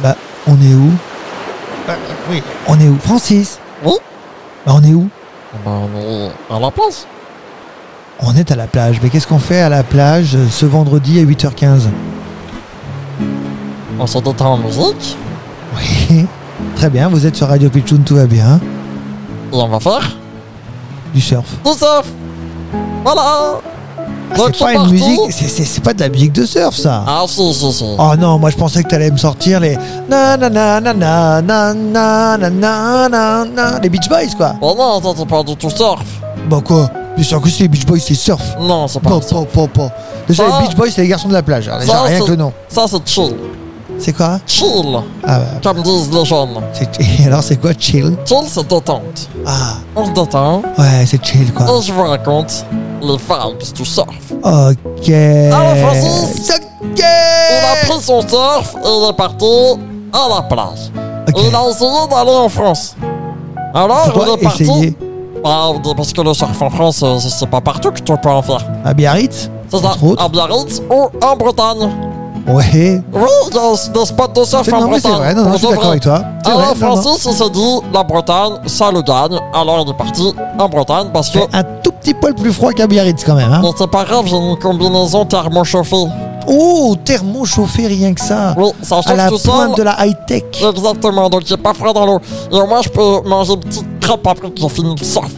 Bah, on est où Bah, oui. On est où Francis Oui Bah, on est où Bah, on est à la place. On est à la plage. Mais qu'est-ce qu'on fait à la plage euh, ce vendredi à 8h15 On se détend en musique Oui. Très bien, vous êtes sur Radio Pitchoun, tout va bien. et on va faire Du surf. du surf. Voilà. Ah, Donc, c'est pas c'est une parti. musique, c'est- c'est c'est pas de la musique de surf ça. Ah si, si, si. Oh non, moi je pensais que t'allais me sortir les na na na na na na na na na na na les Beach Boys quoi. Oh non, ça c'est pas du tout surf. Bah quoi Bien sûr que si les Beach Boys c'est surf. Non, c'est pas Po, du surf. po, po, po. Déjà Ça- les Beach Boys c'est les garçons de la plage. Alors, déjà, Ça, rien c'est- que le nom. Ça c'est chill. C'est quoi Chill, Ah bah, comme disent les jeunes. c'est- et alors c'est quoi chill Chill c'est détente. Ah On se détend ouais c'est chill quoi. et je vous raconte les vibes du surf. Ok. Alors, Francis Ok. Il a pris son surf et il est parti à la plage. Ok. Il a essayé d'aller en France. Alors il Pourquoi est parti. essayer Bah, parce que le surf en France, euh, c'est pas partout que tu peux en faire. à Biarritz C'est ça, Ah. Entre autres. à Biarritz ou en Bretagne. Ouais. Oui, il y a des spots de surf C'est en non mais c'est vrai. Bretagne. Non non je Pour suis de d'accord vrai. avec toi. C'est Alors vrai. non, non. Ah, Francis, il s'est dit, la Bretagne, ça le gagne. Alors il est parti en Bretagne parce que. C'est un tout petit poil plus froid qu'à Biarritz quand même. Hein. Mais c'est pas grave, j'ai une combinaison thermochauffée. Oh, thermo chauffé rien que ça. Oui, ça à chauffe la Oh, tout seul. pointe de la high tech. Exactement, donc j'ai pas froid dans l'eau. Et au moins, je peux manger une petite crêpe après que j'ai fini le surf.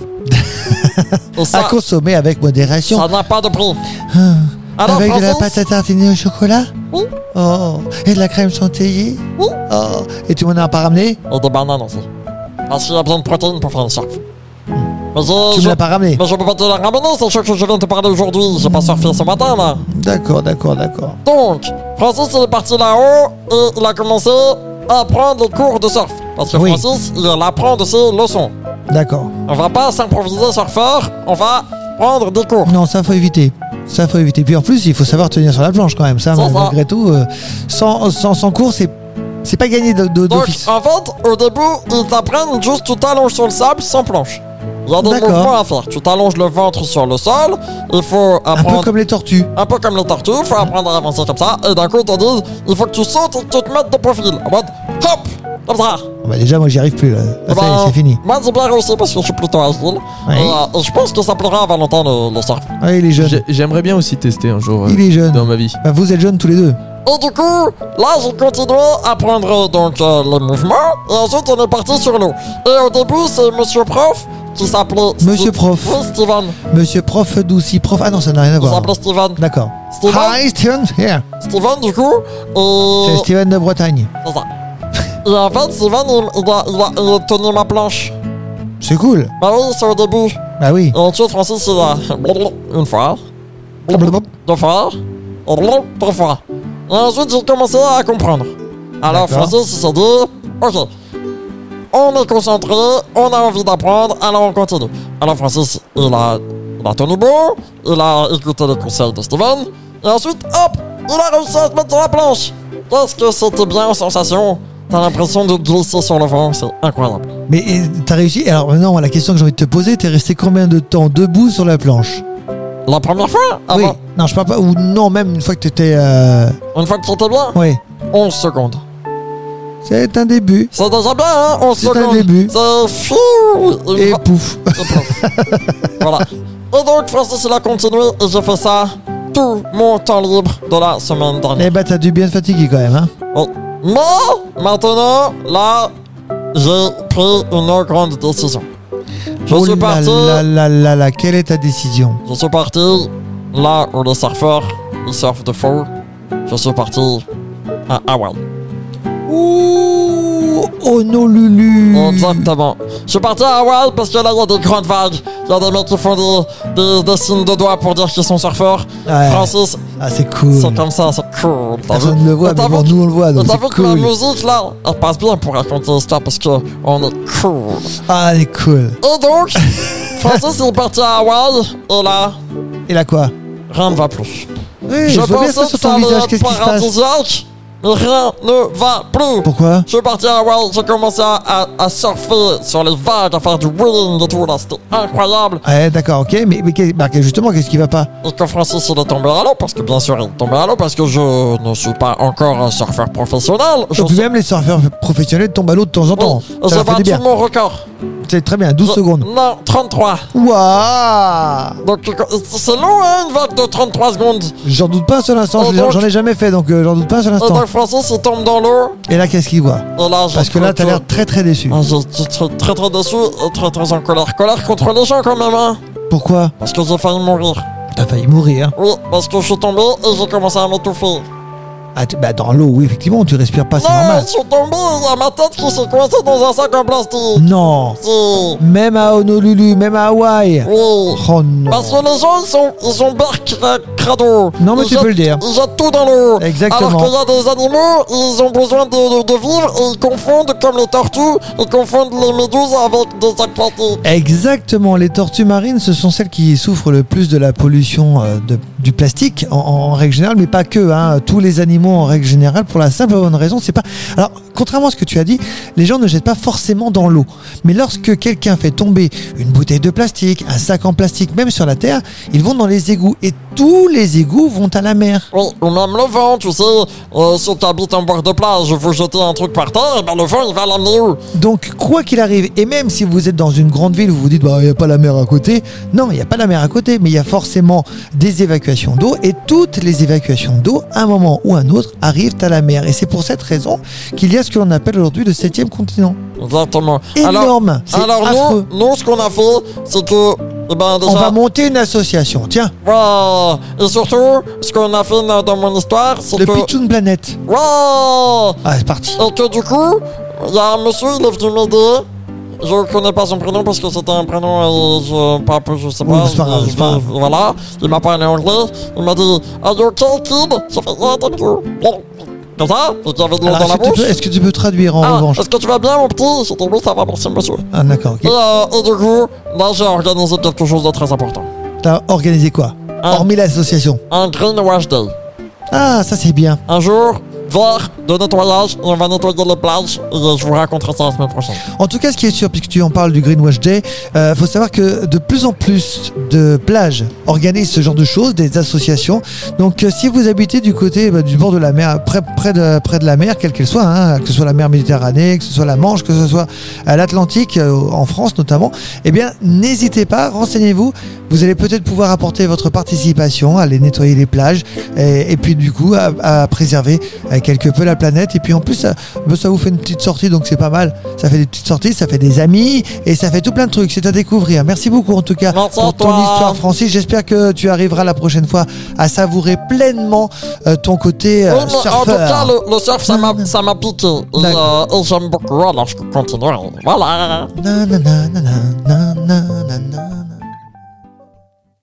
Et À ça, consommer avec modération. ça n'a pas de prix. Ah, Alors, avec de la Francis pâte à tartiner au chocolat. Oui. Oh, et de la crème chantilly. Oui. Oh, et tu m'en as pas ramené Et des bananes aussi. Parce qu'il y a besoin de protéines pour faire le surf. Mais je, Hmm. Tu je, me l'as pas ramené. mais je peux pas te la ramener, sachant que je viens de te parler aujourd'hui. J'ai pas surfé ce matin, là. D'accord, d'accord, d'accord. Donc, Francis, il est parti là-haut et il a commencé à prendre les cours de surf. Parce que Oui. Francis, il apprend de ses leçons. D'accord. On va pas s'improviser surfeur, on va prendre des cours. Non, ça faut éviter. Ça faut éviter. Puis en plus, il faut savoir tenir sur la planche quand même. Ça, Ça, ça. malgré tout, euh, sans, sans, sans cours, c'est c'est pas gagné de- de- Donc, d'office. en fait, au début, ils t'apprennent juste tu t'allonges sur le sable sans planche. Il y a des D'accord. mouvements à faire. Tu t'allonges le ventre sur le sol, il faut Un peu apprendre. comme les tortues. Un peu comme les tortues, il faut apprendre à avancer comme ça, et d'un coup, ils te disent, il faut que tu sautes et que tu te mettes de profil. En mode, hop, comme ça. Bah déjà, moi, j'y arrive plus. Là. Eh Ah, ça y est, ben, c'est fini. Moi, j'ai bien réussi parce que je suis plutôt agile. Oui. Et, euh, je pense que ça plaira à Valentin le, le surf. Ah, il est jeune. J'ai- J'aimerais bien aussi tester un jour euh, Il est jeune. dans ma vie. Bah, vous êtes jeunes tous les deux. Et du coup, là, j'ai continué à prendre euh, donc euh, les mouvements. Et ensuite, on est parti sur l'eau. Et au début, c'est Monsieur Prof qui s'appelait. Monsieur Steve- Prof. Oui, Steven. Monsieur prof Doucy, prof. Ah non, ça n'a rien à Il voir. s'appelait Steven. D'accord. Steven, Hi, Steven. Yeah. Steven, du coup. C'est Et. Steven de Bretagne. C'est ça. Et en fait, Steven, il, il a, il, a, il a tenu ma planche. C'est cool. Bah oui, c'est au début. Bah oui. Et ensuite, Francis, il a. Une fois. deux fois, trois fois. Et ensuite, j'ai commencé à comprendre. Alors, D'accord. Francis, il s'est dit, ok, on est concentré, on a envie d'apprendre, alors on continue. Alors, Francis, il a, il a tenu bon, il a écouté les conseils de Steven, et ensuite, hop, il a réussi à se mettre sur la planche. Qu'est-ce que c'était bien, sensation T'as l'impression de glisser sur le vent, c'est incroyable. Mais et, t'as réussi. Alors maintenant, la question que j'ai envie de te poser, t'es resté combien de temps debout sur la planche La première fois, ah Oui. avant, Non, je parle pas. Ou non, même une fois que t'étais. Euh... une fois que c'était bien, Oui. 11 secondes. C'est un début. C'est déjà bien, hein 11 C'est un secondes. début. C'est fou Et Une fois- pouf. voilà. Et donc, Francis, il a continué et j'ai fait ça tout mon temps libre de la semaine dernière. Eh bah, t'as dû bien te fatiguer quand même. Hein. Oh. Mais maintenant, là, j'ai pris une grande décision. Je oh suis là parti. là là là là. Quelle est ta décision Je suis parti là où les surfeurs ils surfent de faux. Je suis parti à Hawaï. Ouh, oh Honolulu. Exactement. Je suis parti à Hawaï parce que là, il y a des grandes vagues. Il y a des mecs qui font des, des, des signes de doigts pour dire qu'ils sont surfeurs. Ouais. Francis, Ah, c'est cool. c'est comme ça, c'est cool. T'as vu Personne ne le voit, T'as mais vu bon, que- nous on le voit, donc T'as vu c'est que la cool. musique, là, elle passe bien pour raconter l'histoire parce que on est cool. Ah, elle est cool. Et donc, Francis, il est parti à Hawaï et là, Et là quoi rien ne va plus. Oui, je, vois bien ça sur ton allait visage, être qu'est-ce qui se passe paradisiaque, Mais rien ne va plus. Pourquoi Je suis parti à Hawaï, j'ai commencé à, à- à surfer sur les vagues, à faire du wheeling et tout, là, c'était incroyable. Ouais, Ah, eh, d'accord, ok, mais, mais qu'est- bah, justement, qu'est-ce qui va pas Et que Francis, il est tombé à l'eau, parce que bien sûr, il est tombé à l'eau, parce que je ne suis pas encore un surfeur professionnel. Je Et puis suis- même les surfeurs professionnels tombent à l'eau de temps en temps. Oui, Ça J'ai leur fait du battu bien. mon record. C'est très bien, 12 Je- secondes. Non, 33. Waouh Donc, euh, c'est long, hein, une vague de 33 secondes. J'en doute pas un seul instant, Oh, j'en donc- j'en ai jamais fait, donc euh, j'en doute pas un seul Et instant. donc, Francis, il tombe dans l'eau. Et là, qu'est-ce qu'il voit Et là, j'ai Parce que cru là, t'as l'air très très déçu. Ah, je suis très, très très déçu et très très en colère. Colère contre les gens quand même, hein. Pourquoi Parce que j'ai failli mourir. T'as failli mourir. Oui, parce que je suis tombé et j'ai commencé à m'étouffer. Ah, tu- bah, dans l'eau, oui, effectivement, tu respires pas, c'est Non, normal. je suis tombé, il y a ma tête qui s'est coincée dans un sac en plastique. Non Si. Même à Honolulu, même à Hawaï Oui. Oh non Parce que les gens, ils sont, ils ont crado. Non, mais ils tu peux jettent- le dire. Ils jettent tout dans l'eau. Exactement. Alors qu'il y a des animaux, ils ont besoin de, de- de vivre et ils confondent, comme les tortues, ils confondent les méduses avec des aquatiques. Exactement, les tortues marines, ce sont celles qui souffrent le plus de la pollution euh, de- du plastique en, en règle générale, mais pas que. hein. Tous les animaux en règle générale, pour la simple bonne raison, c'est pas. Alors, contrairement à ce que tu as dit, les gens ne jettent pas forcément dans l'eau. Mais lorsque quelqu'un fait tomber une bouteille de plastique, un sac en plastique, même sur la terre, ils vont dans les égouts et tous les égouts vont à la mer. Oui, ou même le vent, tu sais. Euh, ceux qui habitent en bord de plage, vous jetez un truc par terre, et ben le vent, il va l'amener où Donc, quoi qu'il arrive, et même si vous êtes dans une grande ville où vous dites, bah, il n'y a pas la mer à côté, non, il n'y a pas la mer à côté, mais il y a forcément des évacuations d'eau, et toutes les évacuations d'eau, à un moment ou un autre, arrivent à la mer. Et c'est pour cette raison qu'il y a ce que l'on appelle aujourd'hui le septième continent. Exactement. Alors, Énorme, c'est alors nous, affreux. nous, ce qu'on a fait, c'est que, eh ben déjà, On va monter une association, tiens, Wow. et surtout, ce qu'on a fait euh, dans mon histoire, c'est le que, Pichoun Planet. Wow. Ah, c'est parti. Et que du coup, il y a un monsieur, il est venu m'aider. Je connais pas son prénom parce que c'était un prénom, euh, je, pas, je sais pas. Oui, c'est pas grave, je- c'est pas grave. Voilà, il m'a parlé anglais. Il m'a dit Are you okay, kid J'ai fait Yeah, thank you. Comme ça, et qu'il y avait de l'eau Alors, est-ce dans la que, tu bouche. peux, est-ce que tu peux traduire en Ah, revanche est-ce que tu vas bien, mon petit J'ai dit Oui, ça va, merci, monsieur. Ah, d'accord, Et, ok. euh, et du coup, là, j'ai organisé quelque chose de très important T'as organisé quoi Ah. Hormis l'association. un Greenwash Day. Ah, ça c'est bien. Un jour, vert de nettoyage, et on va nettoyer les plages. Et je vous raconterai ça la semaine prochaine. En tout cas, ce qui est sûr, puisque tu en parles du Greenwash Day, euh, faut savoir que de plus en plus de plages organisent ce genre de choses, des associations. Donc, euh, si vous habitez du côté bah, du bord de la mer, près, près, de, près de la mer, quelle qu'elle soit, hein, que ce soit la mer Méditerranée, que ce soit la Manche, que ce soit euh, l'Atlantique, euh, en France notamment, eh bien, n'hésitez pas, renseignez-vous. Vous allez peut-être pouvoir apporter votre participation, à aller nettoyer les plages, et, et puis du coup, à, à préserver euh, quelque peu la planète. Et puis en plus, ça, bah, ça vous fait une petite sortie, donc c'est pas mal. Ça fait des petites sorties, ça fait des amis et ça fait tout plein de trucs. C'est à découvrir. Merci beaucoup en tout cas Merci à pour ton toi. histoire, Francis. J'espère que tu arriveras la prochaine fois à savourer pleinement euh, ton côté euh, Oui, mais en tout cas, surfeur. le, le surf, ça m'a, ça m'a piqué. Et, D'accord. hein, euh, et j'aime beaucoup, alors je continuerai. Voilà. Nanana, nanana,